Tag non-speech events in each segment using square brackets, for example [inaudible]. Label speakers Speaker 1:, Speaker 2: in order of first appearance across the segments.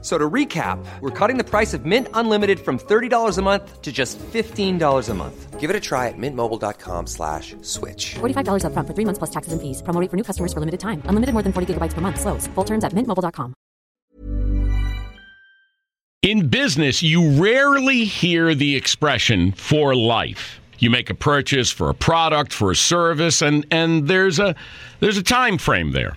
Speaker 1: So to recap, we're cutting the price of Mint Unlimited from $30 a month to just $15 a month. Give it a try at mintmobile.com slash switch.
Speaker 2: $45 upfront for three months plus taxes and fees. Promo rate for new customers for limited time. Unlimited more than 40 gigabytes per month. Slows. Full terms at mintmobile.com.
Speaker 3: In business, you rarely hear the expression for life. You make a purchase for a product, for a service, and, and there's a there's a time frame there.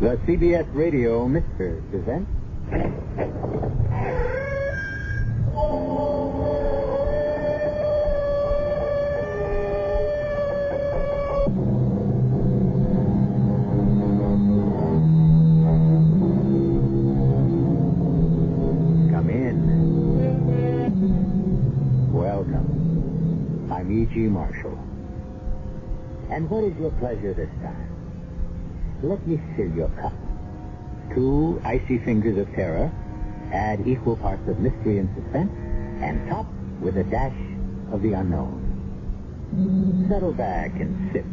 Speaker 4: The CBS Radio Mister presents. Come in. Welcome. I'm E.G. Marshall. And what is your pleasure this time? Let me fill your cup. Two icy fingers of terror, add equal parts of mystery and suspense, and top with a dash of the unknown. Settle back and sip.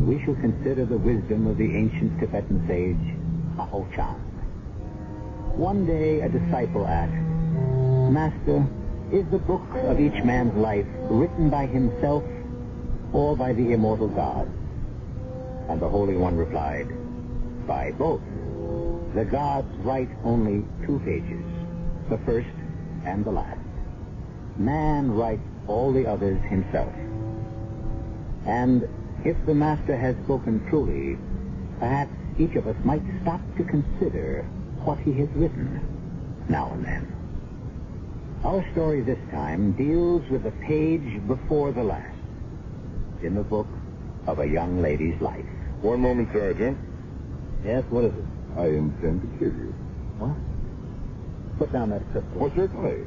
Speaker 4: We shall consider the wisdom of the ancient Tibetan sage, Aho Chan. One day a disciple asked, Master, is the book of each man's life written by himself or by the immortal God? And the Holy One replied, By both. The gods write only two pages, the first and the last. Man writes all the others himself. And if the Master has spoken truly, perhaps each of us might stop to consider what he has written now and then. Our story this time deals with the page before the last in the book of a young lady's life.
Speaker 5: One moment, Sergeant.
Speaker 4: Yes, what is it?
Speaker 5: I intend to kill you.
Speaker 4: What? Put down that pistol.
Speaker 5: Well, certainly.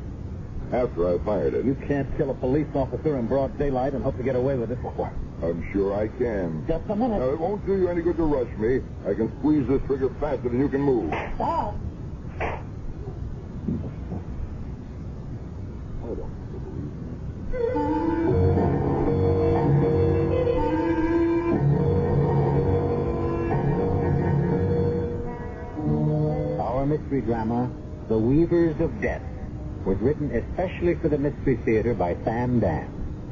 Speaker 5: After I fired
Speaker 4: You
Speaker 5: it,
Speaker 4: can't kill a police officer in broad daylight and hope to get away with it.
Speaker 5: I'm sure I can.
Speaker 4: Just a minute.
Speaker 5: Now, it won't do you any good to rush me. I can squeeze this trigger faster than you can move.
Speaker 4: Stop. Our mystery drama, The Weavers of Death, was written especially for the Mystery Theater by Sam Dan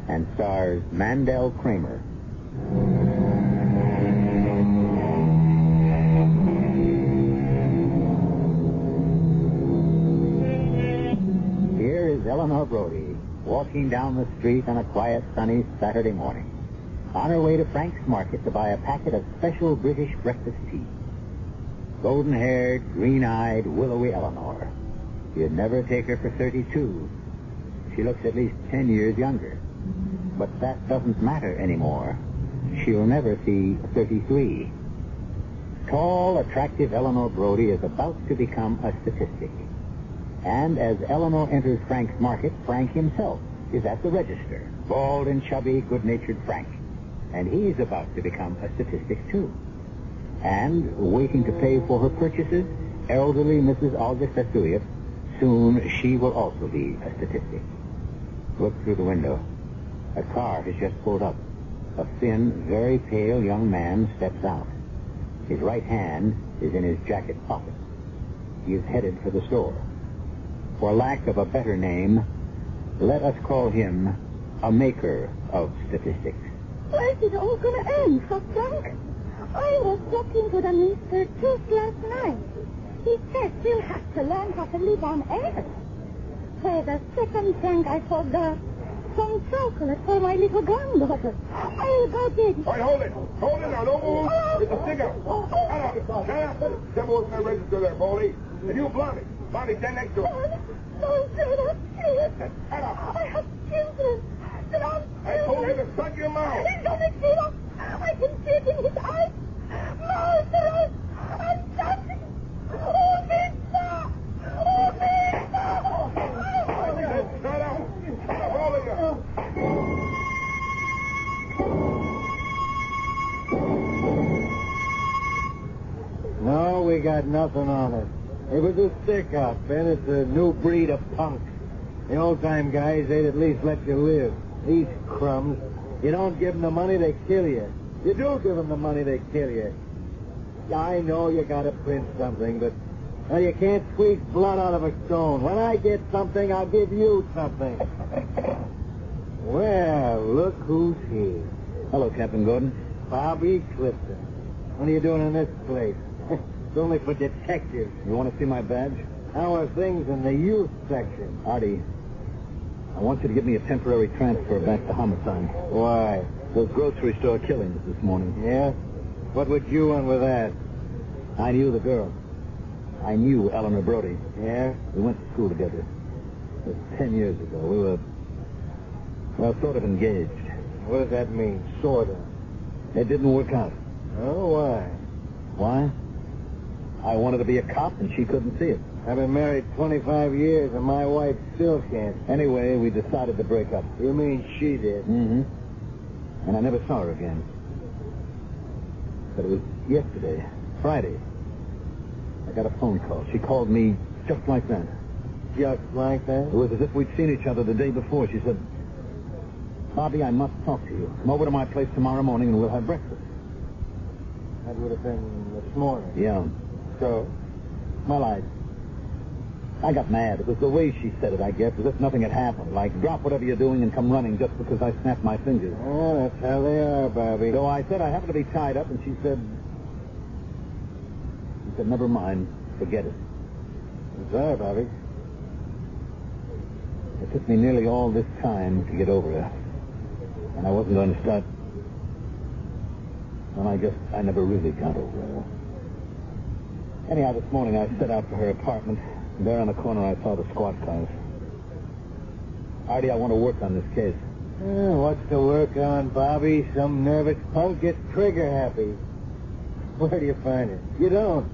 Speaker 4: and stars Mandel Kramer. Here is Eleanor Brody walking down the street on a quiet, sunny Saturday morning, on her way to Frank's Market to buy a packet of special British breakfast tea. Golden-haired, green-eyed, willowy Eleanor. You'd never take her for 32. She looks at least 10 years younger. But that doesn't matter anymore. She'll never see 33. Tall, attractive Eleanor Brody is about to become a statistic. And as Eleanor enters Frank's market, Frank himself is at the register. Bald and chubby, good-natured Frank. And he's about to become a statistic, too. And, waiting to pay for her purchases, elderly Mrs. Augusta Thuliot. Soon she will also be a statistic. Look through the window. A car has just pulled up. A thin, very pale young man steps out. His right hand is in his jacket pocket. He is headed for the store. For lack of a better name, Let us call him a maker of statistics.
Speaker 6: Where's it all going to end, for Frank? I was talking to the Mr. just last night. He said he'll have to learn how to live on air. For the second Frank, I forgot some chocolate for my little granddaughter. I got it.
Speaker 5: All right, hold it. Hold it now. Don't move. It's a stick up. Shut up. Shut up. Step over to that register there, Baldy. And you, Blondie. Blondie, stand next to him.
Speaker 6: Don't do that, please.
Speaker 5: Shut up.
Speaker 6: I have children. There are
Speaker 5: I told you
Speaker 6: children.
Speaker 5: to shut your mouth.
Speaker 6: Please don't make me laugh. I can see it in his eyes. Murderers! I'm shouting. Oh, Vista! Oh, Vista!
Speaker 5: Shut up. Shut up,
Speaker 6: Oh,
Speaker 5: all of you.
Speaker 4: No, we got nothing on it. It was a stick up, and it's a new breed of punk. The old time guys, they'd at least let you live. These crumbs, you don't give them the money, they kill you. You do give them the money, they kill you. I know you gotta print something, but well, you can't squeeze blood out of a stone. When I get something, I'll give you something. Well, look who's here. Hello, Captain Gordon. Bobby Clifton. What are you doing in this place? [laughs] it's only for detectives. You want to see my badge? How are things in the youth section? Artie, I want you to give me a temporary transfer back to homicide. Why? Those grocery store killings this morning. Yeah? What would you want with that? I knew the girl. I knew Eleanor Brody. Yeah? We went to school together. It was ten years ago. We were well, sort of engaged. What does that mean, sort of? It didn't work out. Oh, why? Why? I wanted to be a cop, and she couldn't see it. I've been married 25 years, and my wife still can't. Anyway, we decided to break up. You mean she did? Mm-hmm. And I never saw her again. But it was yesterday, Friday. I got a phone call. She called me just like that. Just like that? It was as if we'd seen each other the day before. She said, Bobby, I must talk to you. Come over to my place tomorrow morning and we'll have breakfast. That would have been this morning. Yeah. So? Well, I. I got mad. It was the way she said it, I guess, as if nothing had happened. Like, drop whatever you're doing and come running just because I snapped my fingers. Oh, that's how they are, Bobby. So I said I happened to be tied up, and she said. She said, never mind. Forget it. I'm sorry, Bobby. It took me nearly all this time to get over it. And I wasn't going to start. Well, I guess I never really got over it. Anyhow, this morning I set out for her apartment. There on the corner I saw the squad cars. Artie, I want to work on this case. what's to work on, Bobby? Some nervous punk gets trigger happy. Where do you find it? You don't.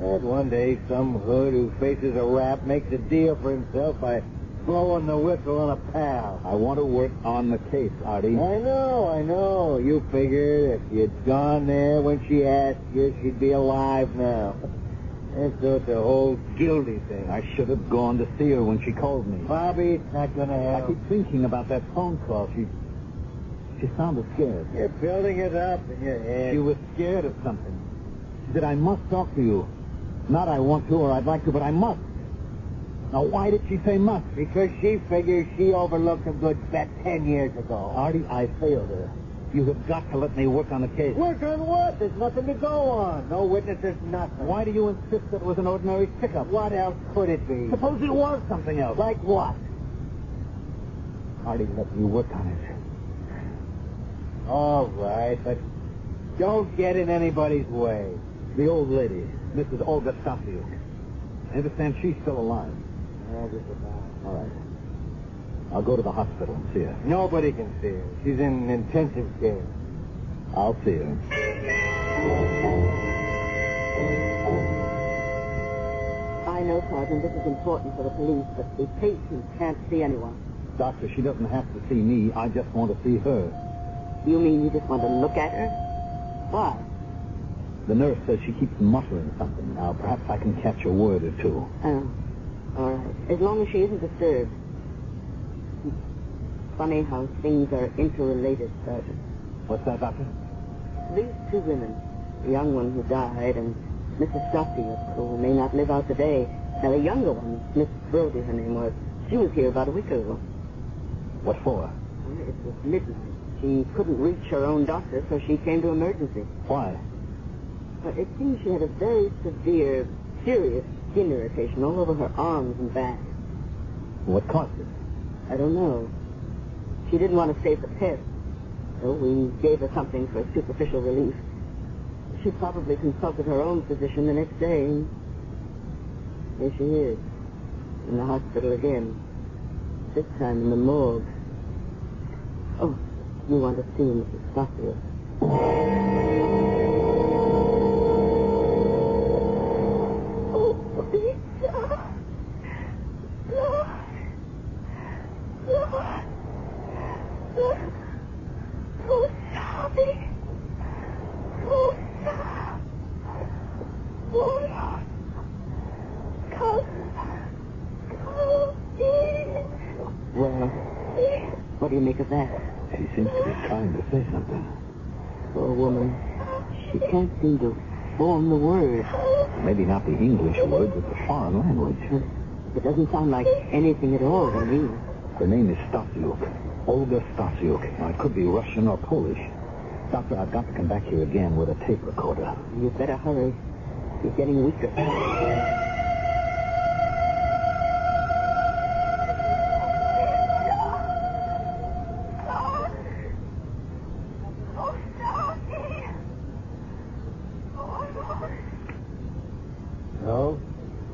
Speaker 4: That one day some hood who faces a rap makes a deal for himself by blowing the whistle on a pal. I want to work on the case, Artie. I know, I know. You figured if you'd gone there when she asked you, she'd be alive now. And so it's a whole guilty thing. I should have gone to see her when she called me. Bobby, it's not going to help. I keep thinking about that phone call. She she sounded scared. You're building it up in your head. She was scared of something. She said, I must talk to you. Not I want to or I'd like to, but I must. Now, why did she say must? Because she figures she overlooked a good bet ten years ago. Artie, I failed her. You have got to let me work on the case. Work on what? There's nothing to go on. No witnesses, nothing. Why do you insist that it was an ordinary pickup? What else could it be? Suppose it was something else. Like what? Artie, let me work on it. All right, but don't get in anybody's way. The old lady, Mrs. Olga Saffield. I understand she's still alive. All right. I'll go to the hospital and see her. Nobody can see her. She's in intensive care. I'll see her.
Speaker 7: I know, Sergeant, this is important for the police, but the patient can't see anyone.
Speaker 4: Doctor, she doesn't have to see me. I just want to see her.
Speaker 7: You mean you just want to look at her? Why?
Speaker 4: The nurse says she keeps muttering something. Now, perhaps I can catch a word or two.
Speaker 7: Oh, all right. As long as she isn't disturbed. Funny how things are interrelated, Sergeant.
Speaker 4: What's that, Doctor?
Speaker 7: These two women, the young one who died and Mrs. Scottfield, who may not live out the day, and the younger one, Miss Brody, her name was, she was here about a week ago.
Speaker 4: What for?
Speaker 7: Well, it was midnight. She couldn't reach her own doctor, so she came to emergency.
Speaker 4: Why?
Speaker 7: But it seems she had a very severe, serious skin irritation all over her arms and back.
Speaker 4: What caused it?
Speaker 7: I don't know. She didn't want to save the pet, so we gave her something for superficial relief. She probably consulted her own physician the next day. and Here she is, in the hospital again. This time in the morgue. Oh, you want to see Mrs. Stockwell?
Speaker 6: Oh, Lord. Lord. Lord. Lord. Oh, sorry. Oh, sorry. Oh, Lord. Come. Come in.
Speaker 7: Well,
Speaker 6: In.
Speaker 7: what do you make of that?
Speaker 4: She seems to be trying to say something.
Speaker 7: Poor woman. She can't seem to form the words.
Speaker 4: Maybe not the English word, but the foreign language.
Speaker 7: It doesn't sound like anything at all to me.
Speaker 4: Her name is Stasiuk. Olga Stasiuk. Now, it could be Russian or Polish. Doctor, I've got to come back here again with a tape recorder.
Speaker 7: You better hurry. You're getting weaker.
Speaker 4: No?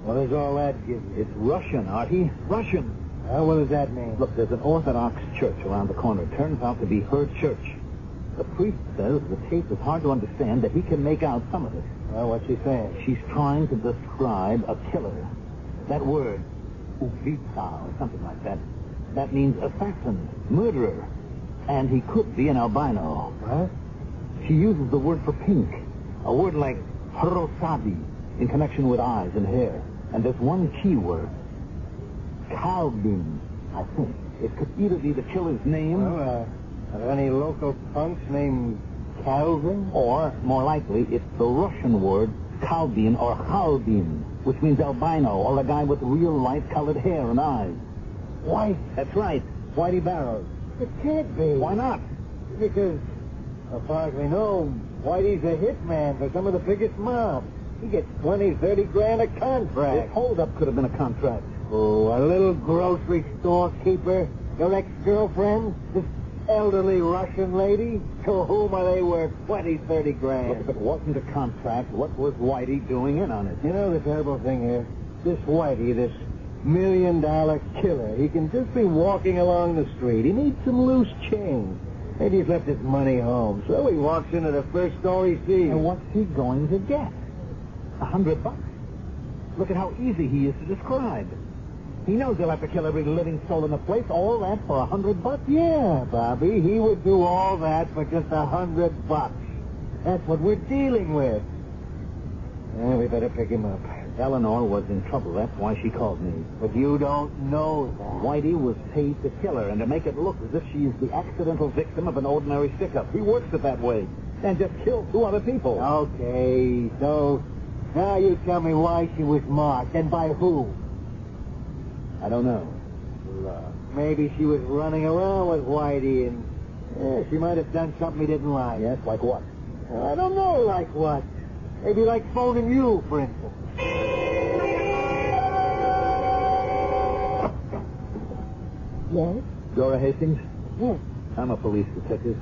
Speaker 4: What does all that give you? It's Russian, Artie. Russian. Uh, what does that mean? Look, there's an Orthodox church around the corner. It turns out to be her church. The priest says the tape is hard to understand, that he can make out some of it. Well, what's she saying? She's trying to describe a killer. That word, uvita, or something like that, that means assassin, murderer. And he could be an albino. What? She uses the word for pink, a word like horosabi, in connection with eyes and hair. And there's one key word, Calvin, I think. It could either be the killer's name. uh, are there any local punks named Calvin? Or, more likely, it's the Russian word Kalbin or Halbin, which means albino or a guy with real light colored hair and eyes. White. That's right. Whitey Barrows. It can't be. Why not? Because, as far as we know, Whitey's a hitman for some of the biggest mobs. He gets 20, 30 grand a contract. This holdup could have been a contract. Oh, a little grocery store keeper, your ex-girlfriend, this elderly Russian lady, to whom are they worth 20, 30 grand? Look, if it wasn't a contract, what was Whitey doing in on it? You know the terrible thing is, this Whitey, this million-dollar killer, he can just be walking along the street. He needs some loose change. Maybe he's left his money home, so he walks into the first store he sees. And what's he going to get? A hundred bucks? Look at how easy he is to describe. He knows he'll have to kill every living soul in the place, all that for a hundred bucks. Yeah, Bobby, he would do all that for just a hundred bucks. That's what we're dealing with. Yeah, we better pick him up. Eleanor was in trouble. That's why she called me. But you don't know that. Whitey was paid to kill her and to make it look as if she's the accidental victim of an ordinary stick-up. He works it that way. And just killed two other people. Okay, so now you tell me why she was marked and by who. I don't know. Maybe she was running around with Whitey and yeah, she might have done something he didn't like. Yes, like what? I don't know like what. Maybe like phoning you, for instance.
Speaker 7: Yes?
Speaker 4: Dora Hastings,
Speaker 7: Yes,
Speaker 4: I'm a police detective.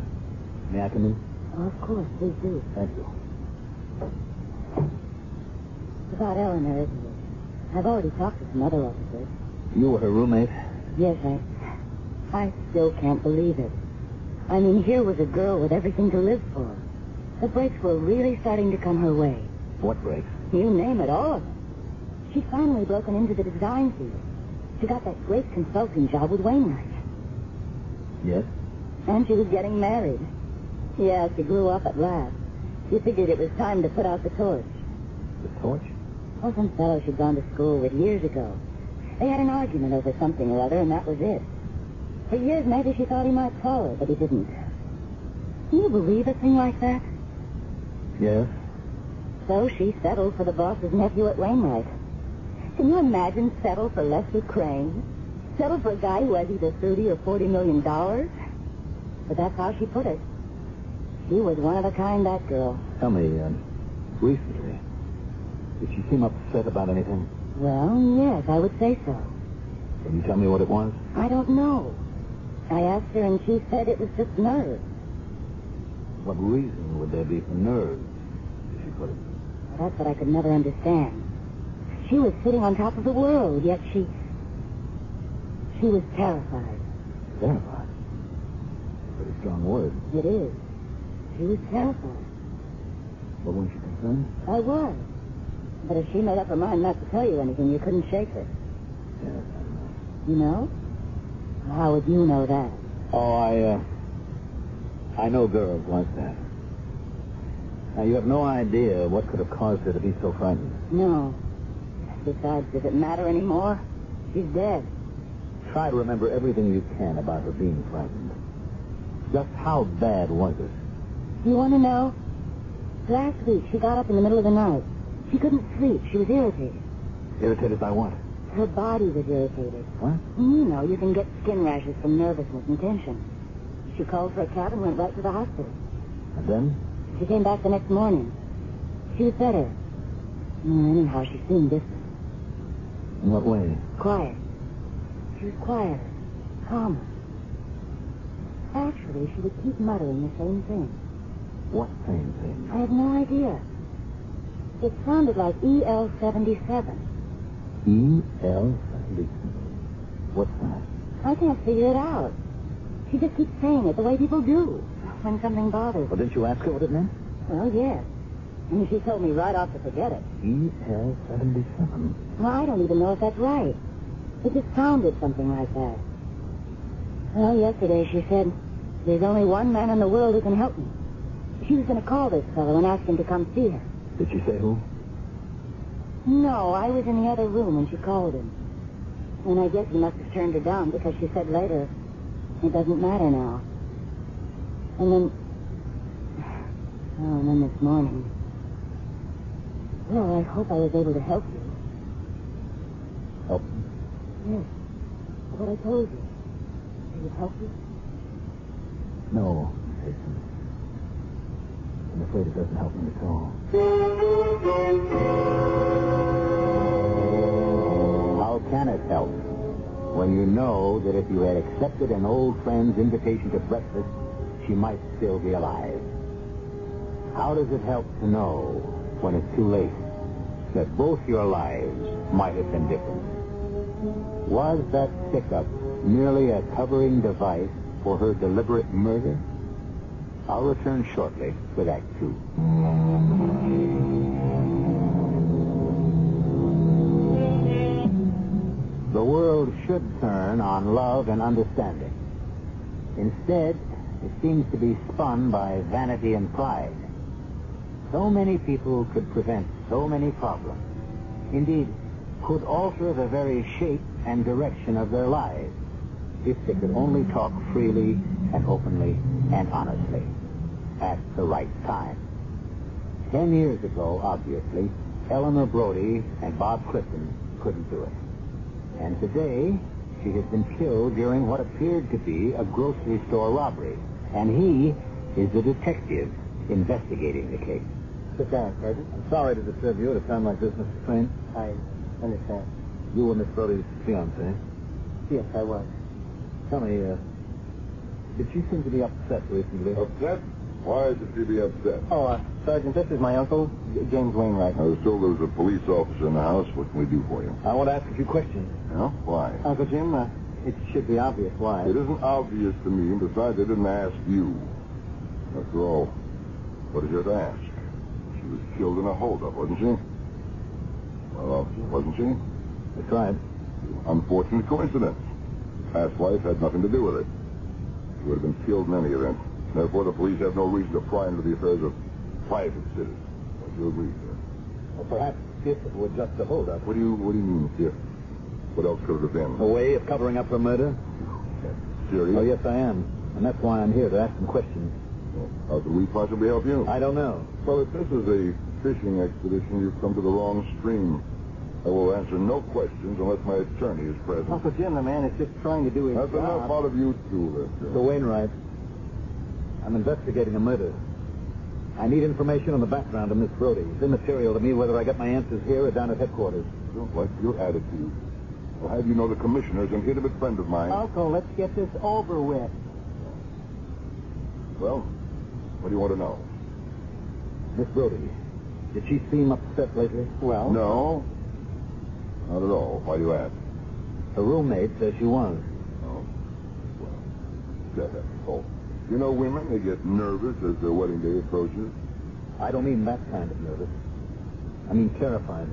Speaker 4: May I come in?
Speaker 7: of course, please do.
Speaker 4: Thank you.
Speaker 7: It's about Eleanor, isn't it? I've already talked to some other officers.
Speaker 4: You were her roommate?
Speaker 7: Yes, I... I still can't believe it. I mean, here was a girl with everything to live for. The breaks were really starting to come her way.
Speaker 4: What breaks?
Speaker 7: You name it, all of them. She'd finally broken into the design field. She got that great consulting job with Wainwright.
Speaker 4: Yes?
Speaker 7: And she was getting married. Yeah, she grew up at last. She figured it was time to put out the torch.
Speaker 4: The torch?
Speaker 7: Well, some fellow she'd gone to school with years ago. They had an argument over something or other, and that was it. For years, maybe she thought he might call her, but he didn't. Can you believe a thing like that?
Speaker 4: Yes.
Speaker 7: So she settled for the boss's nephew at Wainwright. Can you imagine settle for Leslie Crane?
Speaker 6: settle for a guy who has either 30 or 40 million dollars? But that's how she put it. She was one of a kind, that girl.
Speaker 4: Tell me, um, recently, did she seem upset about anything?
Speaker 6: Well, yes, I would say so.
Speaker 4: Can you tell me what it was?
Speaker 6: I don't know. I asked her and she said it was just nerves.
Speaker 4: What reason would there be for nerves, if you put it?
Speaker 6: That's what I could never understand. She was sitting on top of the world, yet she. She was terrified.
Speaker 4: Terrified. Pretty strong word.
Speaker 6: It is. She was terrified.
Speaker 4: But weren't you concerned?
Speaker 6: I was. But if she made up her mind not to tell you anything, you couldn't shake her.
Speaker 4: Yes, I know.
Speaker 6: You know? How would you know that?
Speaker 4: Oh, I, uh, I know girls like that. Now, you have no idea what could have caused her to be so frightened.
Speaker 6: No. Besides, does it matter anymore? She's dead.
Speaker 4: Try to remember everything you can about her being frightened. Just how bad was it?
Speaker 6: Do you want to know? Last week, she got up in the middle of the night. She couldn't sleep. She was irritated.
Speaker 4: Irritated by what?
Speaker 6: Her body was irritated. Mm,
Speaker 4: What?
Speaker 6: You know, you can get skin rashes from nervousness and tension. She called for a cab and went right to the hospital.
Speaker 4: And then?
Speaker 6: She came back the next morning. She was better. Mm, Anyhow, she seemed different.
Speaker 4: In what way?
Speaker 6: Quiet. She was quieter, calmer. Actually, she would keep muttering the same thing.
Speaker 4: What same thing?
Speaker 6: I have no idea. It sounded like E EL-77.
Speaker 4: E E.L. What's that?
Speaker 6: I can't figure it out. She just keeps saying it the way people do when something bothers
Speaker 4: Well,
Speaker 6: them.
Speaker 4: didn't you ask her what it meant?
Speaker 6: Well, yes. And she told me right off to forget it.
Speaker 4: EL 77.
Speaker 6: Well, I don't even know if that's right. It just sounded something like that. Well, yesterday she said, there's only one man in the world who can help me. She was going to call this fellow and ask him to come see her.
Speaker 4: Did she say who?
Speaker 6: No, I was in the other room when she called him. And I guess he must have turned her down because she said later, it doesn't matter now. And then, [sighs] oh, and then this morning, well, I hope I was able to help you.
Speaker 4: Help.
Speaker 6: Yes. What I told you. Did it help you?
Speaker 4: No, Jason. I'm afraid it doesn't help me at all. How can it help? When you know that if you had accepted an old friend's invitation to breakfast, she might still be alive. How does it help to know, when it's too late, that both your lives might have been different? Was that pickup merely a covering device for her deliberate murder? I'll return shortly with Act Two. The world should turn on love and understanding. Instead, it seems to be spun by vanity and pride. So many people could prevent so many problems. Indeed, could alter the very shape and direction of their lives if they could only talk freely and openly and honestly at the right time. Ten years ago, obviously, Eleanor Brody and Bob Clifton couldn't do it. And today, she has been killed during what appeared to be a grocery store robbery. And he is the detective investigating the case. Sit down, Sergeant. I'm sorry to disturb you at a time like this, Mr. Crane. I understand. You were Miss Brody's fiancé. Yes, I was. Tell me, uh, did she seem to be upset recently?
Speaker 5: Upset? Why should she be upset?
Speaker 4: Oh, uh, Sergeant, this is my uncle, James Wainwright.
Speaker 5: I was told there was a police officer in the house. What can we do for you?
Speaker 4: I want to ask a few questions.
Speaker 5: No? Why?
Speaker 4: Uncle Jim, uh, it should be obvious why.
Speaker 5: It isn't obvious to me, and besides, I didn't ask you. After all, what is there to ask? She was killed in a holdup, wasn't she? Well, officer, wasn't she?
Speaker 4: That's right.
Speaker 5: Unfortunate coincidence. Past life had nothing to do with it. She would have been killed in any event. Therefore, the police have no reason to pry into the affairs of private citizens. Don't you agree, sir?
Speaker 4: Well, perhaps if it were just a holdup.
Speaker 5: What do you What do you mean, if? What else could it have been?
Speaker 4: A way of covering up her murder?
Speaker 5: Serious?
Speaker 4: Oh, yes, I am. And that's why I'm here, to ask some questions.
Speaker 5: How could we possibly help you?
Speaker 4: I don't know.
Speaker 5: Well, if this is a fishing expedition, you've come to the wrong stream. I will answer no questions unless my attorney is present.
Speaker 4: Uncle Jim, the man is just trying to do his
Speaker 5: That's enough
Speaker 4: job.
Speaker 5: out of you two, Lester.
Speaker 4: Mr. Wainwright, I'm investigating a murder. I need information on the background of Miss Brody. It's immaterial to me whether I get my answers here or down at headquarters.
Speaker 5: I don't like your attitude. I'll uh, have you know the commissioner is an intimate friend of mine.
Speaker 4: Oh.
Speaker 7: Uncle, let's get this over with.
Speaker 5: Well, what do you want to know?
Speaker 4: Miss Brody, did she seem upset lately? Well,
Speaker 5: No? Not at all. Why do you ask?
Speaker 4: her roommate says she was.
Speaker 5: Oh. Well, that happens. Oh. You know, women, they get nervous as their wedding day approaches.
Speaker 4: I don't mean that kind of nervous. I mean terrified.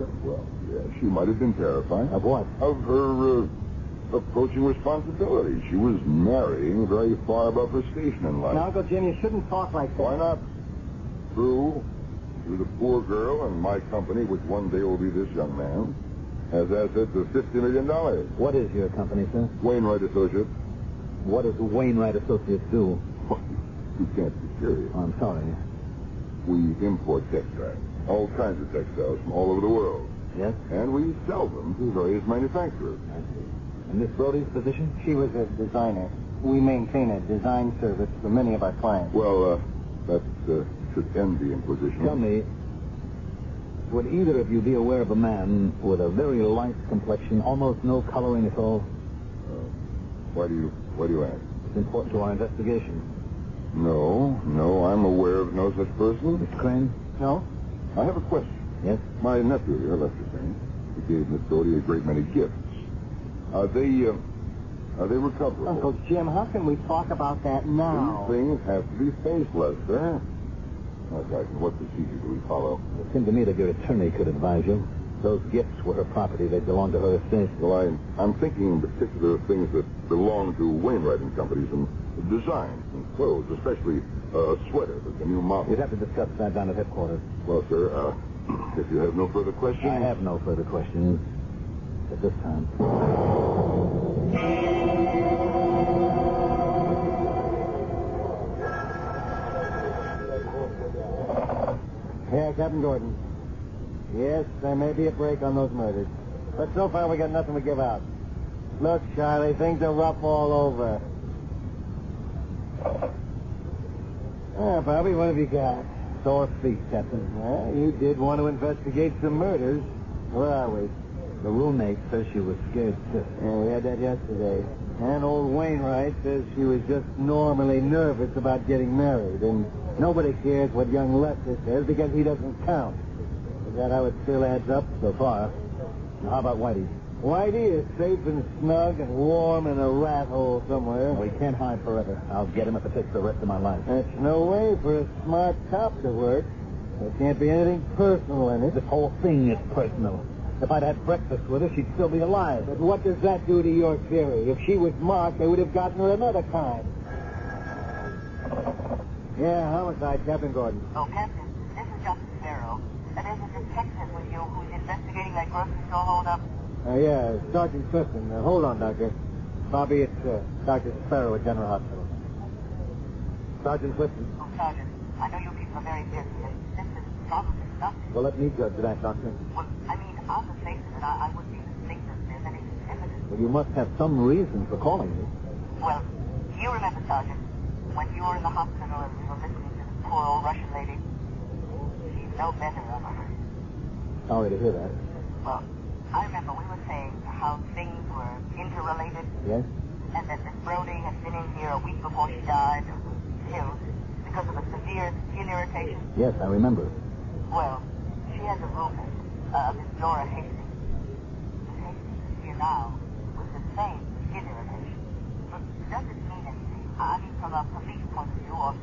Speaker 7: Uh,
Speaker 5: Well, yeah, she might have been terrified.
Speaker 4: Of what?
Speaker 5: Of her uh, approaching responsibility. She was marrying very far above her station in life.
Speaker 7: Now, Uncle Jim, you shouldn't talk like that.
Speaker 5: Why not? True. She was a poor girl, and my company, which one day will be this young man, has assets of $50 million.
Speaker 4: What is your company, sir?
Speaker 5: Wainwright Associates.
Speaker 4: What does Wainwright Associates do?
Speaker 5: What? You can't be serious.
Speaker 4: Oh, I'm sorry.
Speaker 5: We import textiles, all kinds of textiles from all over the world,
Speaker 4: Yes?
Speaker 5: and we sell them to various manufacturers.
Speaker 4: I see. And Miss Brody's position?
Speaker 7: She was a designer. We maintain a design service for many of our clients.
Speaker 5: Well, uh, that uh, should end the inquisition.
Speaker 4: Tell me, would either of you be aware of a man with a very light complexion, almost no coloring at all?
Speaker 5: Uh, Why do you Why do you ask?
Speaker 4: It's important to our investigation.
Speaker 5: No, no, I'm aware of no such person.
Speaker 4: Mr. Crane?
Speaker 7: No?
Speaker 5: I have a question.
Speaker 4: Yes?
Speaker 5: My nephew here, Lester Crane, he gave Miss Doty a great many gifts. Are they, uh, are they recoverable?
Speaker 7: Uncle Jim, how can we talk about that
Speaker 5: These
Speaker 7: now?
Speaker 5: things have to be faced, Lester. Now, Jackson, what procedure do we follow?
Speaker 4: It seemed to me that your attorney could advise you. Those gifts were her property. They belonged to her estate.
Speaker 5: Well, I, I'm thinking in particular of things that belong to Wainwright and Company, some designs and clothes, especially uh, a sweater that's a new model.
Speaker 4: You'd have to discuss that down at headquarters.
Speaker 5: Well, sir, uh, [clears throat] if you have no further questions...
Speaker 4: I have no further questions at this time.
Speaker 7: Yeah, Captain Gordon. Yes, there may be a break on those murders. But so far we got nothing to give out. Look, Charlie, things are rough all over. Ah, Bobby, what have you got? Sore feet, Captain. Well, you did want to investigate some murders. Where are we?
Speaker 4: The roommate says she was scared sick.
Speaker 7: Yeah, we had that yesterday. And old Wainwright says she was just normally nervous about getting married, and nobody cares what young Lester says because he doesn't count. Is that how it still adds up so far?
Speaker 4: Now, how about Whitey?
Speaker 7: Whitey is safe and snug and warm in a rat hole somewhere.
Speaker 4: We can't hide forever. I'll get him if it takes the rest of my life.
Speaker 7: That's no way for a smart cop to work. There can't be anything personal in it.
Speaker 4: This whole thing is personal. If I'd had breakfast with her, she'd still be alive.
Speaker 7: But what does that do to your theory? If she was marked, they would have gotten her another kind. Yeah, homicide, Captain Gordon.
Speaker 8: Oh, Captain, this is Justin Barrow. And there's a detective with you who's investigating that grocery store holdup.
Speaker 7: Uh, yeah, Sergeant Clifton. Uh, hold on, Doctor. Bobby, it's uh, Dr. Sparrow at General Hospital. Sergeant Clifton.
Speaker 8: Oh, Sergeant, I know you people are very busy, and this is probably nothing.
Speaker 7: Well, let me judge that, Doctor.
Speaker 8: Well, I mean, on the face of it, I, I wouldn't even think that there's any evidence.
Speaker 4: Well, you must have some reason for calling me.
Speaker 8: Well, you remember, Sergeant, when you were in the hospital and we were listening to the poor old Russian lady? She's no better, of her.
Speaker 4: Sorry to hear that.
Speaker 8: Well, I remember we were saying how things were interrelated.
Speaker 4: Yes?
Speaker 8: and that Miss Brody had been in here a week before she died and was killed because of a severe skin irritation.
Speaker 4: Yes, I remember.
Speaker 8: Well, she has a roommate, uh, Miss Dora Hastings. Miss Hastings is here now with the same skin irritation. But does it mean anything? I mean, from a police point of view, or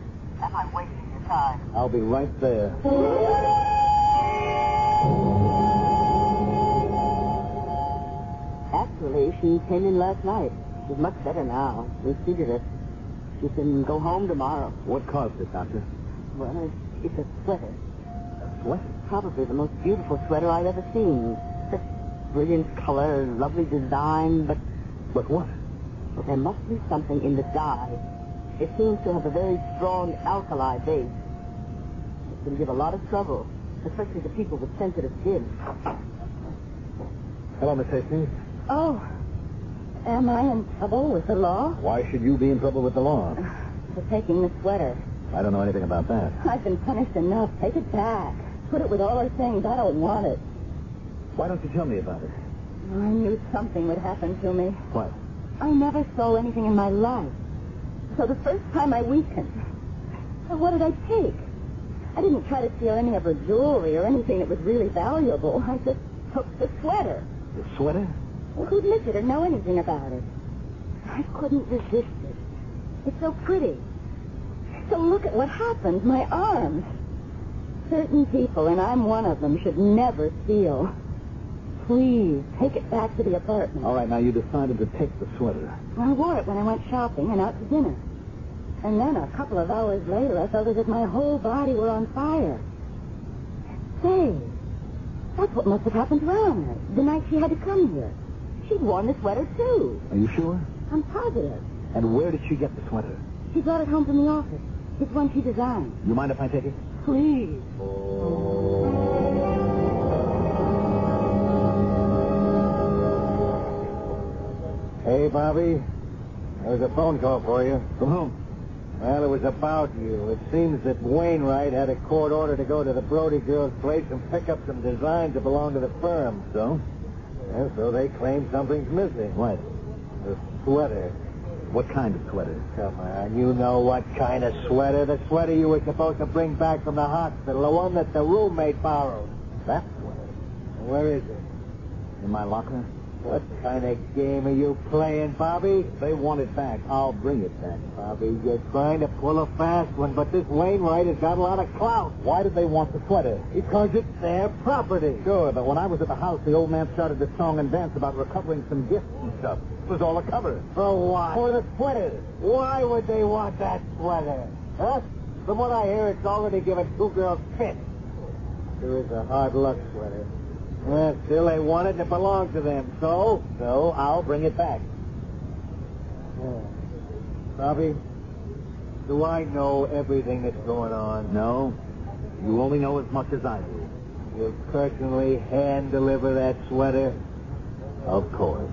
Speaker 8: am I wasting your time?
Speaker 4: I'll be right there.
Speaker 7: Actually, she came in last night. She's much better now. We seated her. She can go home tomorrow.
Speaker 4: What caused it, Doctor?
Speaker 7: Well, it's, it's a sweater.
Speaker 4: What?
Speaker 7: Probably the most beautiful sweater I've ever seen. Such brilliant color, lovely design, but
Speaker 4: But what?
Speaker 7: But there must be something in the dye. It seems to have a very strong alkali base. It can give a lot of trouble, especially to people with sensitive skin.
Speaker 4: Hello, Miss Hastings.
Speaker 6: Oh, am I in trouble with the law
Speaker 4: Why should you be in trouble with the law?
Speaker 6: for taking the sweater?
Speaker 4: I don't know anything about that.
Speaker 6: I've been punished enough. Take it back. Put it with all her things. I don't want it.
Speaker 4: Why don't you tell me about it?
Speaker 6: I knew something would happen to me.
Speaker 4: What?
Speaker 6: I never stole anything in my life. So the first time I weakened. Well, what did I take? I didn't try to steal any of her jewelry or anything that was really valuable. I just took the sweater.
Speaker 4: The sweater?
Speaker 6: Well, who'd miss it or know anything about it? I couldn't resist it. It's so pretty. So look at what happened. My arms. Certain people, and I'm one of them, should never steal. Please, take it back to the apartment.
Speaker 4: All right, now you decided to take the sweater.
Speaker 6: I wore it when I went shopping and out to dinner. And then a couple of hours later, I felt as if my whole body were on fire. Say, that's what must have happened to Eleanor the night she had to come here. She'd worn the sweater, too.
Speaker 4: Are you sure?
Speaker 6: I'm positive.
Speaker 4: And where did she get the sweater?
Speaker 6: She brought it home from the office. It's one she designed.
Speaker 4: You mind if I take it?
Speaker 6: Please.
Speaker 4: Hey, Bobby. There was a phone call for you. From whom? Well, it was about you. It seems that Wainwright had a court order to go to the Brody girl's place and pick up some designs that belong to the firm. So? Yeah, so they claim something's missing. What? The sweater. What kind of sweater? Come on, you know what kind of sweater. The sweater you were supposed to bring back from the hospital. The one that the roommate borrowed. That sweater? Where is it? In my locker? What kind of game are you playing, Bobby? They want it back. I'll bring it back. Bobby, you're trying to pull a fast one, but this Wainwright has got a lot of clout. Why did they want the sweater? Because it's their property. Sure, but when I was at the house, the old man started this song and dance about recovering some gifts and stuff. It was all a cover. For what? For the sweater. Why would they want that sweater? Huh? From what I hear, it's already given two girls fits. There is a hard luck sweater. Well, still, they want it and it belongs to them. So? So, I'll bring it back. Yeah. Bobby, do I know everything that's going on? No. You only know as much as I do. You'll personally hand deliver that sweater? Of course.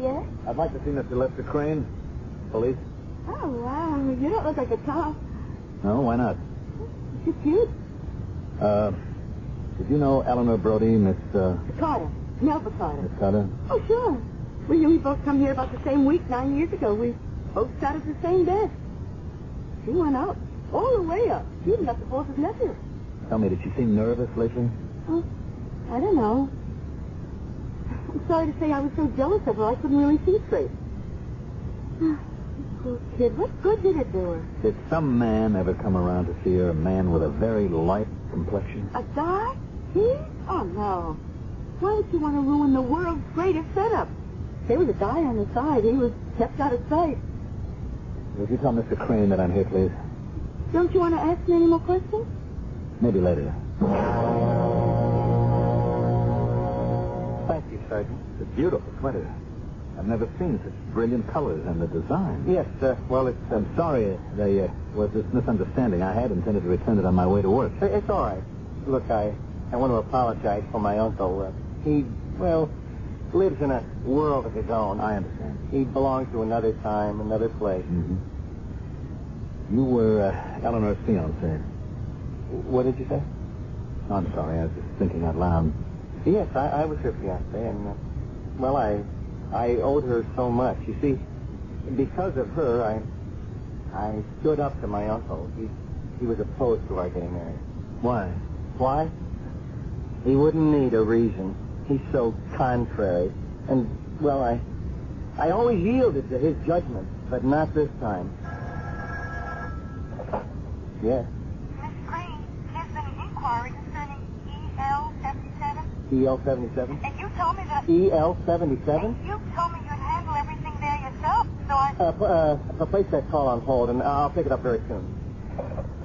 Speaker 6: Yes?
Speaker 4: I'd like to see Mr. Lester Crane. Police?
Speaker 6: Oh, wow. You don't look like a cop.
Speaker 4: No, why not?
Speaker 6: Is she cute?
Speaker 4: Uh, did you know Eleanor Brody, Miss, uh,
Speaker 6: Carter. Melba Carter.
Speaker 4: Miss Carter?
Speaker 6: Oh, sure. We, we both come here about the same week nine years ago. We both sat at the same desk. She went up, all the way up. She even got the boss's letter.
Speaker 4: Tell me, did she seem nervous lately?
Speaker 6: Oh, I don't know. I'm sorry to say I was so jealous of her I couldn't really see straight. [sighs] Poor kid, what good did it do her?
Speaker 4: Did some man ever come around to see her, a man with a very light complexion?
Speaker 6: A guy? He? Oh, no. Why would you want to ruin the world's greatest setup? There was a guy on the side. He was kept out of sight.
Speaker 4: Would you tell Mr. Crane that I'm here, please?
Speaker 6: Don't you want to ask me any more questions?
Speaker 4: Maybe later. Thank you, Sergeant. It's a beautiful sweater. I've never seen such brilliant colors and the design. Yes, uh, well, it's... I'm sorry there uh, was this misunderstanding. I had intended to return it on my way to work. It's all right. Look, I, I want to apologize for my uncle. Uh, he, well, lives in a world of his own. I understand. He belongs to another time, another place. You were uh, Eleanor's fiancé. What did you say? I'm sorry, I was just thinking out loud. Yes, I, I was her fiancé, and, uh, well, I, I owed her so much. You see, because of her, I, I stood up to my uncle. He, he was opposed to our getting married. Why? Why? He wouldn't need a reason. He's so contrary. And, well, I, I always yielded to his judgment, but not this time. Yes.
Speaker 8: Miss Crane, there's been an inquiry concerning
Speaker 4: E
Speaker 8: E EL77,
Speaker 4: EL77?
Speaker 8: and you told me that...
Speaker 4: E
Speaker 9: E
Speaker 4: EL77?
Speaker 8: And you told me you'd handle everything there yourself, so I...
Speaker 4: Uh, p- uh, place that call on hold, and I'll pick it up very soon.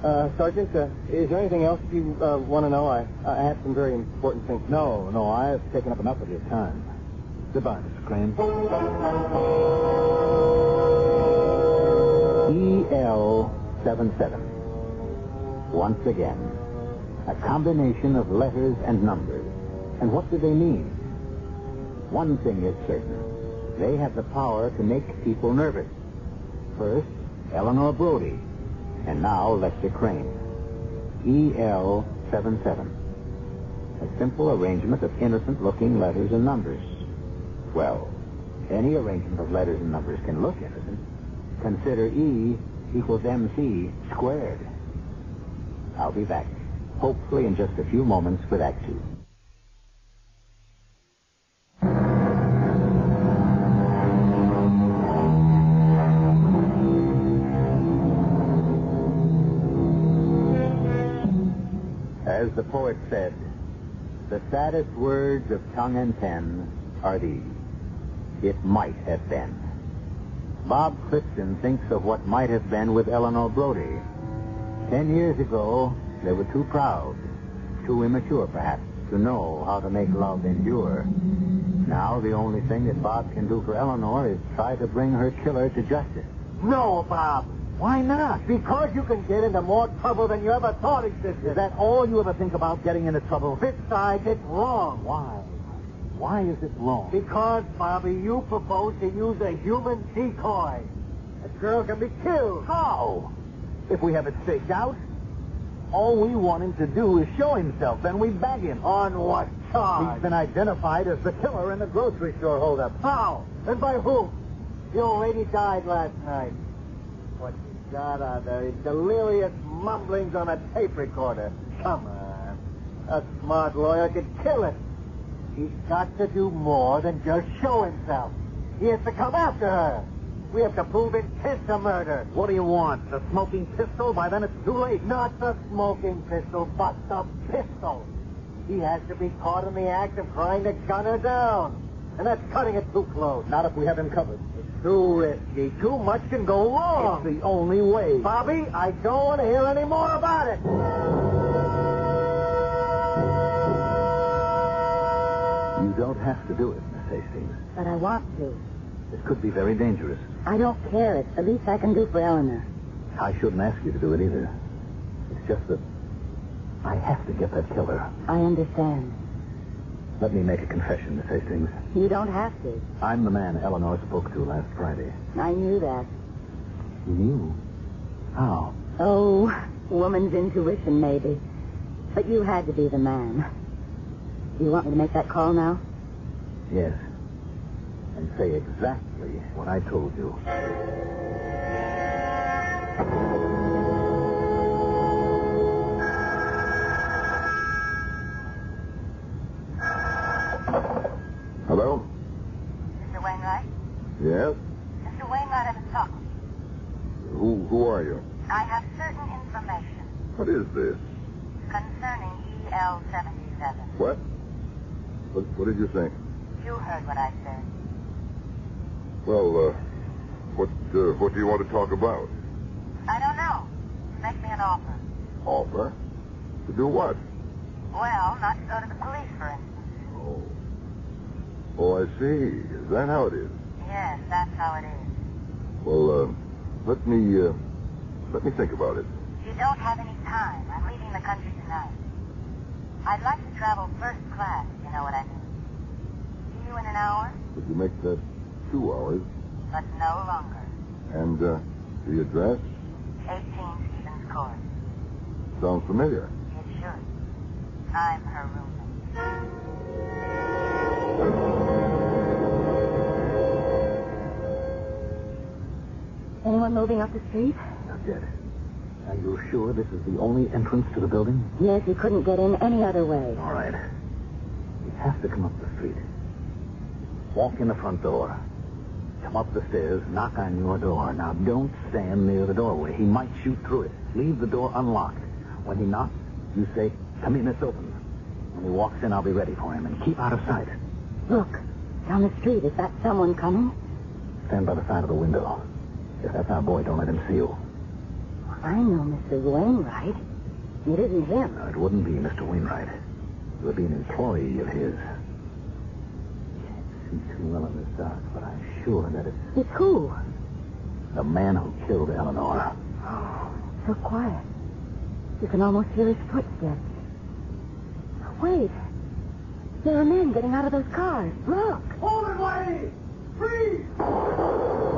Speaker 4: Uh, Sergeant, uh, is there anything else you uh, want to know? I, I have some very important things. No, no, I've taken up enough of your time. Goodbye, Mr. Crane. E EL 677. Once again, a combination of letters and numbers. And what do they mean? One thing is certain. They have the power to make people nervous. First, Eleanor Brody. And now, Lester Crane. E EL77. A simple arrangement of innocent-looking letters and numbers. Well, any arrangement of letters and numbers can look innocent. Consider E equals MC squared. I'll be back, hopefully in just a few moments with Act Two. As the poet said, the saddest words of tongue and pen are these. It might have been. Bob Clifton thinks of what might have been with Eleanor Brody. Ten years ago, they were too proud, too immature perhaps, to know how to make love endure. Now the only thing that Bob can do for Eleanor is try to bring her killer to justice.
Speaker 9: No, Bob.
Speaker 4: Why not?
Speaker 9: Because you can get into more trouble than you ever thought existed.
Speaker 4: Is that all you ever think about getting into trouble?
Speaker 9: Besides, it's wrong.
Speaker 4: Why? Why is it wrong?
Speaker 9: Because, Bobby, you propose to use a human decoy. A girl can be killed.
Speaker 4: How? If we have it staked out, all we want him to do is show himself, then we bag him.
Speaker 9: On what charge?
Speaker 4: He's been identified as the killer in the grocery store holdup.
Speaker 9: How? And by whom? The old lady died last night. What you got are there is delirious mumblings on a tape recorder. Come on. A smart lawyer could kill it. He's got to do more than just show himself. He has to come after her. We have to prove it is a murder.
Speaker 4: What do you want? The smoking pistol? By then it's too late.
Speaker 9: Not the smoking pistol, but the pistol. He has to be caught in the act of trying to gun her down. And that's cutting it too close.
Speaker 4: Not if we have him covered.
Speaker 9: Too risky. Too much can go wrong.
Speaker 4: It's the only way.
Speaker 9: Bobby, I don't want to hear any more about it.
Speaker 4: You don't have to do it, Miss Hastings.
Speaker 6: But I want to.
Speaker 4: This could be very dangerous.
Speaker 6: I don't care. It's the least I can do for Eleanor.
Speaker 4: I shouldn't ask you to do it either. It's just that I have to get that killer.
Speaker 6: I understand.
Speaker 4: Let me make a confession, Miss Hastings.
Speaker 6: You don't have to.
Speaker 4: I'm the man Eleanor spoke to last Friday.
Speaker 6: I knew that.
Speaker 4: You knew? How?
Speaker 6: Oh, woman's intuition, maybe. But you had to be the man. Do you want me to make that call now?
Speaker 4: Yes. And say exactly what I told you.
Speaker 5: Hello?
Speaker 10: Mr. Wainwright?
Speaker 5: Yes?
Speaker 10: Mr. Wainwright, I'm talking.
Speaker 5: Who, who are you?
Speaker 10: I have certain information
Speaker 5: What is this?
Speaker 10: concerning E EL-77.
Speaker 5: What? What, what did you think?
Speaker 10: You heard what I said.
Speaker 5: Well, uh, what, uh, what do you want to talk about?
Speaker 10: I don't know. Make me an offer.
Speaker 5: Offer? To do what?
Speaker 10: Well, not to go to the police, for instance.
Speaker 5: Oh. Oh, I see. Is that how it is?
Speaker 10: Yes, that's how it is.
Speaker 5: Well, uh, let me, uh, let me think about it.
Speaker 10: You don't have any time. I'm leaving the country tonight. I'd like to travel first class, if you know what I mean. See you in an hour,
Speaker 5: Could you make that two hours?
Speaker 10: but no longer.
Speaker 5: And, uh, the address?
Speaker 10: 18 Stevens Court.
Speaker 5: Sounds familiar.
Speaker 10: It should. I'm her roommate.
Speaker 6: Anyone moving up the street?
Speaker 4: Now, Jed, are you sure this is the only entrance to the building?
Speaker 6: Yes, you couldn't get in any other way.
Speaker 4: All right. We have to come up the street. Walk in the front door. Come up the stairs, knock on your door. Now, don't stand near the doorway. He might shoot through it. Leave the door unlocked. When he knocks, you say, Come in, it's open. When he walks in, I'll be ready for him. And keep out of sight.
Speaker 6: Look, down the street. Is that someone coming?
Speaker 4: Stand by the side of the window. If that's our boy, don't let him see you.
Speaker 6: I know Mr. Wainwright. It isn't him.
Speaker 4: No, it wouldn't be Mr. Wainwright. It would be an employee of his. Can't see too well in this dark, but I'm sure that it's
Speaker 6: It's who?
Speaker 4: The man who killed Eleanor.
Speaker 11: so quiet. You can almost hear his footsteps. Wait. There are men getting out of those cars. Look.
Speaker 12: Hold it, Whitey! Freeze!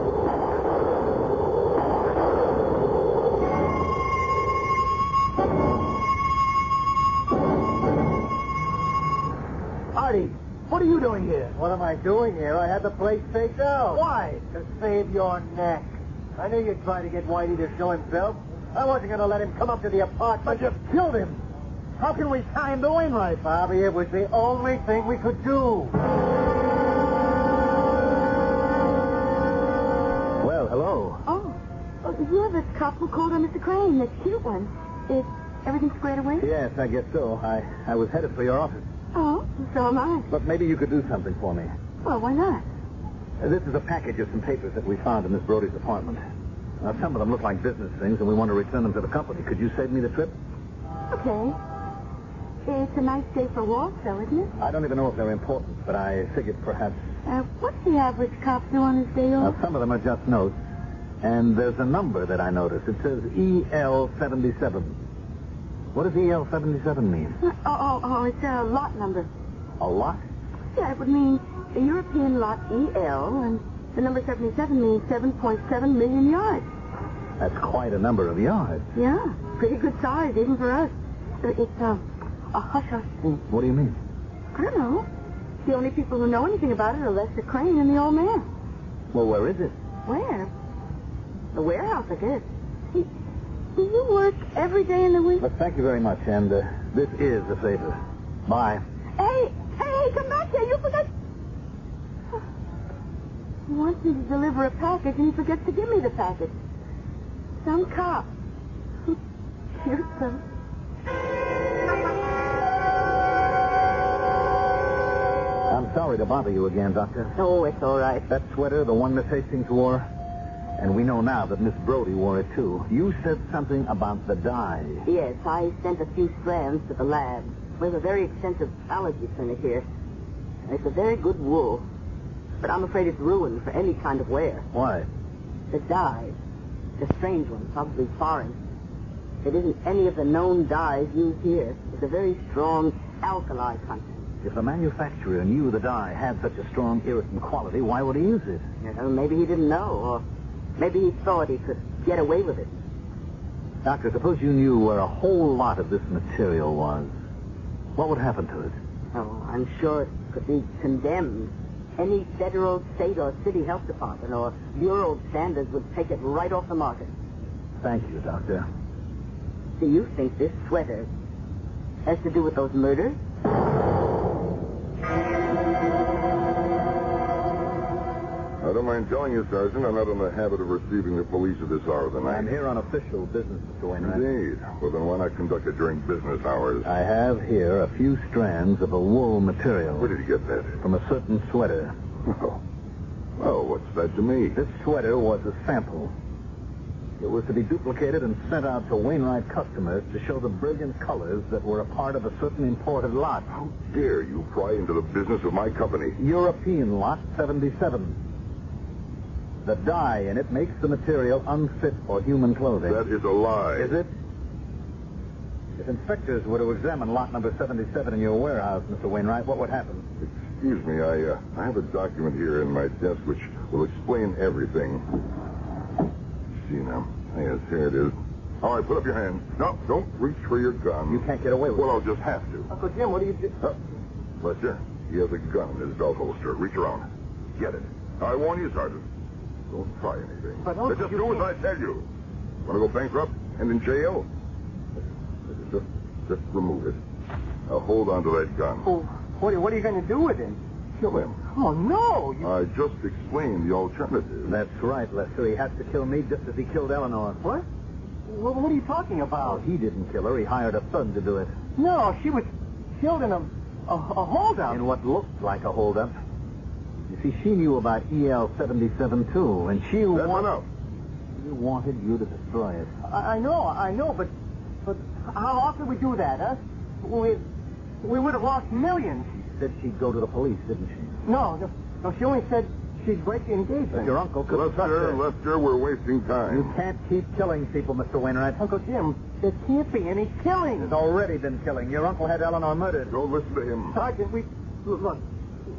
Speaker 9: Artie, what are you doing here?
Speaker 4: What am I doing here? I had the place staked out.
Speaker 9: Why?
Speaker 4: To save your neck. I knew you'd try to get Whitey to show himself. I wasn't going to let him come up to the apartment.
Speaker 9: But you killed him. How can we tie him to Wainwright?
Speaker 4: Bobby, it was the only thing we could do. Well, hello.
Speaker 11: Oh. oh you're the cop who called on Mr. Crane, the cute one. Is everything squared away?
Speaker 4: Yes, I guess so. I, I was headed for your office.
Speaker 11: Oh, so am I.
Speaker 4: But maybe you could do something for me.
Speaker 11: Well, why not?
Speaker 4: Uh, This is a package of some papers that we found in Miss Brody's apartment. Now, some of them look like business things, and we want to return them to the company. Could you save me the trip?
Speaker 11: Okay. It's a nice day for walks, though, isn't it?
Speaker 4: I don't even know if they're important, but I figured perhaps.
Speaker 11: Uh, what's the average cop do on his day off?
Speaker 4: Now, some of them are just notes, and there's a number that I noticed. It says E EL77. What does E EL77 mean?
Speaker 11: Oh, oh, oh, it's a lot number.
Speaker 4: A lot?
Speaker 11: Yeah, it would mean the European lot EL, and the number 77 means 7.7 million yards.
Speaker 4: That's quite a number of yards.
Speaker 11: Yeah, pretty good size, even for us. Uh, It's a, a hush-hush thing.
Speaker 4: What do you mean?
Speaker 11: I don't know. The only people who know anything about it are Lester Crane and the old man.
Speaker 4: Well, where is it?
Speaker 11: Where? The warehouse, I guess. Do do you work every day in the week?
Speaker 4: But thank you very much, and uh, this is a favor. Bye.
Speaker 11: Hey, hey, hey, come back here. You forgot. He wants me to deliver a package, and he forgets to give me the package. Some cop. [laughs] Here's some.
Speaker 4: I'm sorry to bother you again, Doctor.
Speaker 7: Oh, it's all right.
Speaker 4: That sweater, the one Miss Hastings wore, and we know now that Miss Brody wore it too. You said something about the dye.
Speaker 7: Yes, I sent a few strands to the lab. We have a very extensive allergy clinic here. And It's a very good wool. But I'm afraid it's ruined for any kind of wear.
Speaker 4: Why?
Speaker 7: The dyes. It's a strange one, probably foreign. It isn't any of the known dyes used here. It's a very strong alkali content.
Speaker 4: If the manufacturer knew the dye had such a strong irritant quality, why would he use it?
Speaker 7: You know, maybe he didn't know, or maybe he thought he could get away with it.
Speaker 4: Doctor, suppose you knew where a whole lot of this material was. What would happen to it?
Speaker 7: Oh, I'm sure it could be condemned. Any federal, state, or city health department or Bureau of Standards would take it right off the market.
Speaker 4: Thank you, Doctor.
Speaker 7: Do you think this sweater has to do with those murders?
Speaker 5: I don't mind telling you, Sergeant, I'm not in the habit of receiving the police at this hour of the night.
Speaker 4: I'm here on official business, Mr. Wainwright.
Speaker 5: Indeed. Well, then why not conduct it during business hours?
Speaker 4: I have here a few strands of a wool material
Speaker 5: Where did you get that?
Speaker 4: from a certain sweater.
Speaker 5: Oh. Well, what's that to me?
Speaker 4: This sweater was a sample. It was to be duplicated and sent out to Wainwright customers to show the brilliant colors that were a part of a certain imported lot.
Speaker 5: How dare you pry into the business of my company?
Speaker 4: European Lot 77. The dye in it makes the material unfit for human clothing.
Speaker 5: That is a lie.
Speaker 4: Is it? If inspectors were to examine lot number 77 in your warehouse, Mr. Wainwright, what would happen?
Speaker 5: Excuse me, I, uh, I have a document here in my desk which will explain everything. See now. Yes, here it is. All right, put up your hand. No, don't reach for your gun.
Speaker 4: You can't get away with
Speaker 5: Well,
Speaker 4: it.
Speaker 5: I'll just have to.
Speaker 4: Uncle Jim, what do you do?
Speaker 5: Huh? Lester, he has a gun in his belt holster. Reach around. Get it. I warn you, Sergeant. Don't try anything.
Speaker 4: But, Uncle,
Speaker 5: just
Speaker 4: you
Speaker 5: do as I
Speaker 4: can't-
Speaker 5: tell you. Want to go bankrupt and in jail? Just, just remove it. Now hold on to that gun.
Speaker 9: Oh, what are, what are you going to do with him?
Speaker 5: Kill him.
Speaker 9: Oh, no. You...
Speaker 5: I just explained the alternative.
Speaker 4: That's right, Lester. He has to kill me just as he killed Eleanor.
Speaker 9: What? Wh- What are you talking
Speaker 4: Oh,
Speaker 9: about?
Speaker 4: he didn't kill her. He hired a thug to do it.
Speaker 9: No, she was killed in a, a, a holdup.
Speaker 4: In what looked like a holdup. You see, she knew about EL 77 too, and she
Speaker 5: That's
Speaker 4: wa-
Speaker 5: enough.
Speaker 4: she wanted you to destroy it.
Speaker 9: I, I know, I know, but but how often we do that, huh? We we would have lost millions.
Speaker 4: She said she'd go to the police, didn't she?
Speaker 9: No, no, no she only said She's breaking engagement.
Speaker 5: Your
Speaker 9: uncle
Speaker 5: Lester, Lester, we're wasting time.
Speaker 9: You can't keep killing people, Mr. Wainwright. Uncle Jim, there can't be any killing. There's already been killing. Your uncle had Eleanor murdered.
Speaker 5: Don't listen to him.
Speaker 9: Sergeant, we look.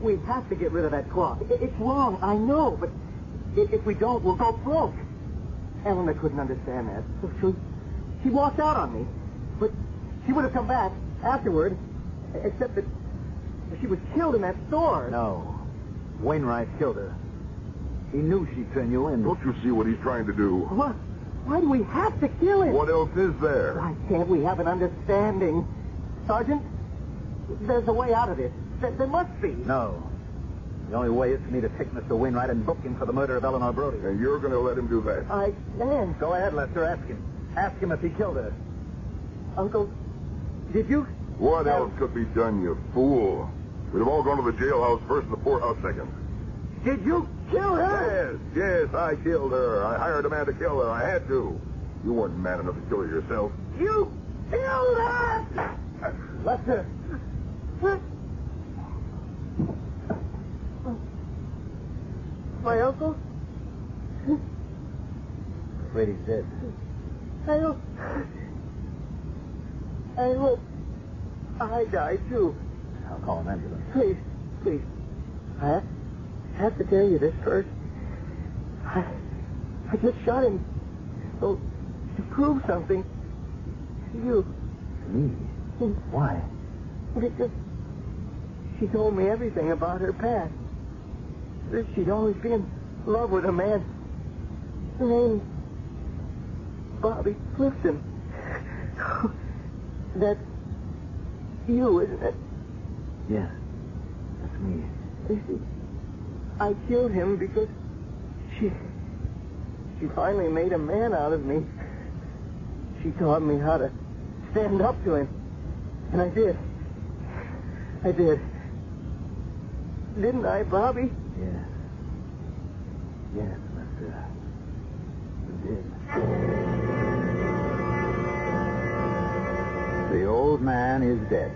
Speaker 9: We have to get rid of that clock. I- It's wrong, I know, but i- if we don't, we'll go broke. Eleanor couldn't understand that, so she she walked out on me. But she would have come back afterward, except that she was killed in that store.
Speaker 4: No. Wainwright killed her. He knew she'd turn you in.
Speaker 5: Don't you see what he's trying to do?
Speaker 9: What? Why do we have to kill him?
Speaker 5: What else is there?
Speaker 9: Why can't we have an understanding? Sergeant, there's a way out of this. There, there must be.
Speaker 4: No. The only way is for me to take Mr. Wainwright and book him for the murder of Eleanor Brody.
Speaker 5: And you're going to let him do that?
Speaker 9: I stand.
Speaker 4: Go ahead, Lester. Ask him. Ask him if he killed her.
Speaker 9: Uncle, did you?
Speaker 5: What else could be done, you fool? We'd have all gone to the jailhouse first and the poorhouse second.
Speaker 9: Did you kill her?
Speaker 5: Yes, yes, I killed her. I hired a man to kill her. I had to. You weren't man enough to kill her yourself.
Speaker 9: You killed her!
Speaker 4: Lester.
Speaker 9: My uncle?
Speaker 4: Afraid he's dead.
Speaker 9: I [laughs] hope. I hope I die too.
Speaker 4: I'll call an ambulance.
Speaker 9: Please, please. I have- have to tell you this first. I, I just shot him. Oh, to prove something. To you. Hmm.
Speaker 4: Me? Why?
Speaker 9: Because she told me everything about her past. That she'd always been in love with a man named Bobby Clifton. [laughs] That's you, isn't it?
Speaker 4: Yeah. That's me.
Speaker 9: I killed him because she she finally made a man out of me. She taught me how to stand up to him. And I did. I did. Didn't I, Bobby?
Speaker 4: Yes. Yes, Lester. You did. The old man is dead.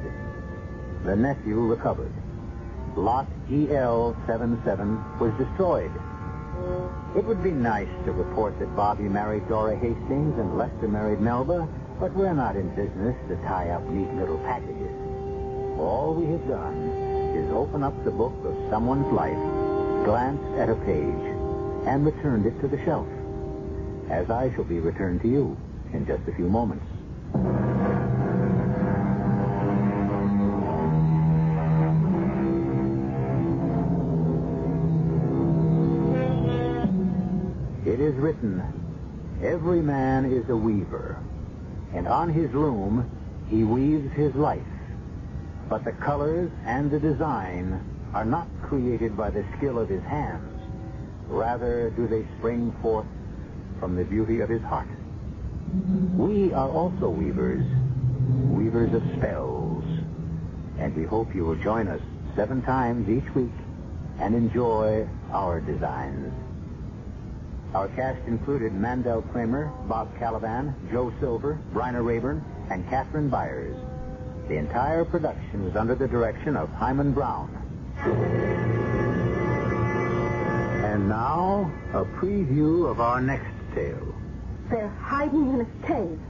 Speaker 4: The nephew recovered. Lot E EL77 was destroyed. It would be nice to report that Bobby married Dora Hastings and Lester married Melba, but we're not in business to tie up neat little packages. All we have done is open up the book of someone's life, glanced at a page, and returned it to the shelf, as I shall be returned to you in just a few moments. It is written, Every man is a weaver, and on his loom he weaves his life. But the colors and the design are not created by the skill of his hands. Rather do they spring forth from the beauty of his heart. We are also weavers, weavers of spells. And we hope you will join us seven times each week and enjoy our designs. Our cast included Mandel Kramer, Bob Caliban, Joe Silver, Bryna Rayburn, and Catherine Byers. The entire production was under the direction of Hyman Brown. And now, a preview of our next tale.
Speaker 11: They're hiding in a cave.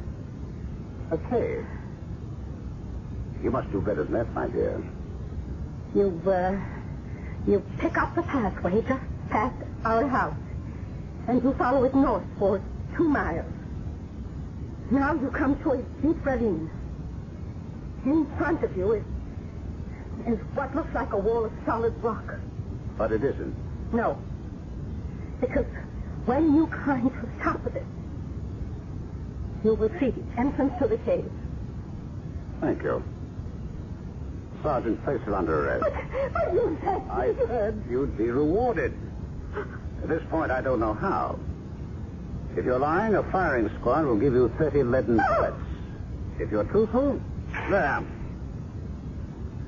Speaker 4: A cave. You must do better than that, my dear.
Speaker 11: You, uh, you pick up the pathway just past our house, and you follow it north for two miles. Now you come to a deep ravine. In front of you is, is what looks like a wall of solid rock.
Speaker 4: But it isn't.
Speaker 11: No. Because when you climb to the top of it, you will see the entrance to the cave.
Speaker 4: Thank you. Sergeant, place her under arrest.
Speaker 11: But you said
Speaker 4: I said you'd be rewarded. At this point, I don't know how. If you're lying, a firing squad will give you 30 leaden
Speaker 11: Oh!
Speaker 4: bullets. If you're truthful, there.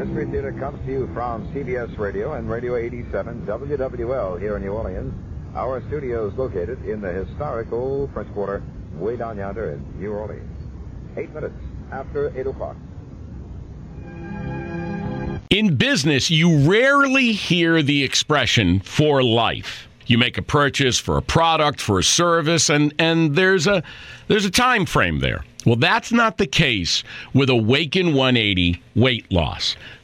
Speaker 13: Adventure comes to you from CBS Radio and Radio 87 WWL here in New Orleans. Our studio is located in the historic old French Quarter, way down yonder in New Orleans. Eight minutes after 8 o'clock.
Speaker 3: In business, you rarely hear the expression for life. You make a purchase for a product, for a service, and, and there's a there's a time frame there. Well, that's not the case with Awaken 180 weight loss.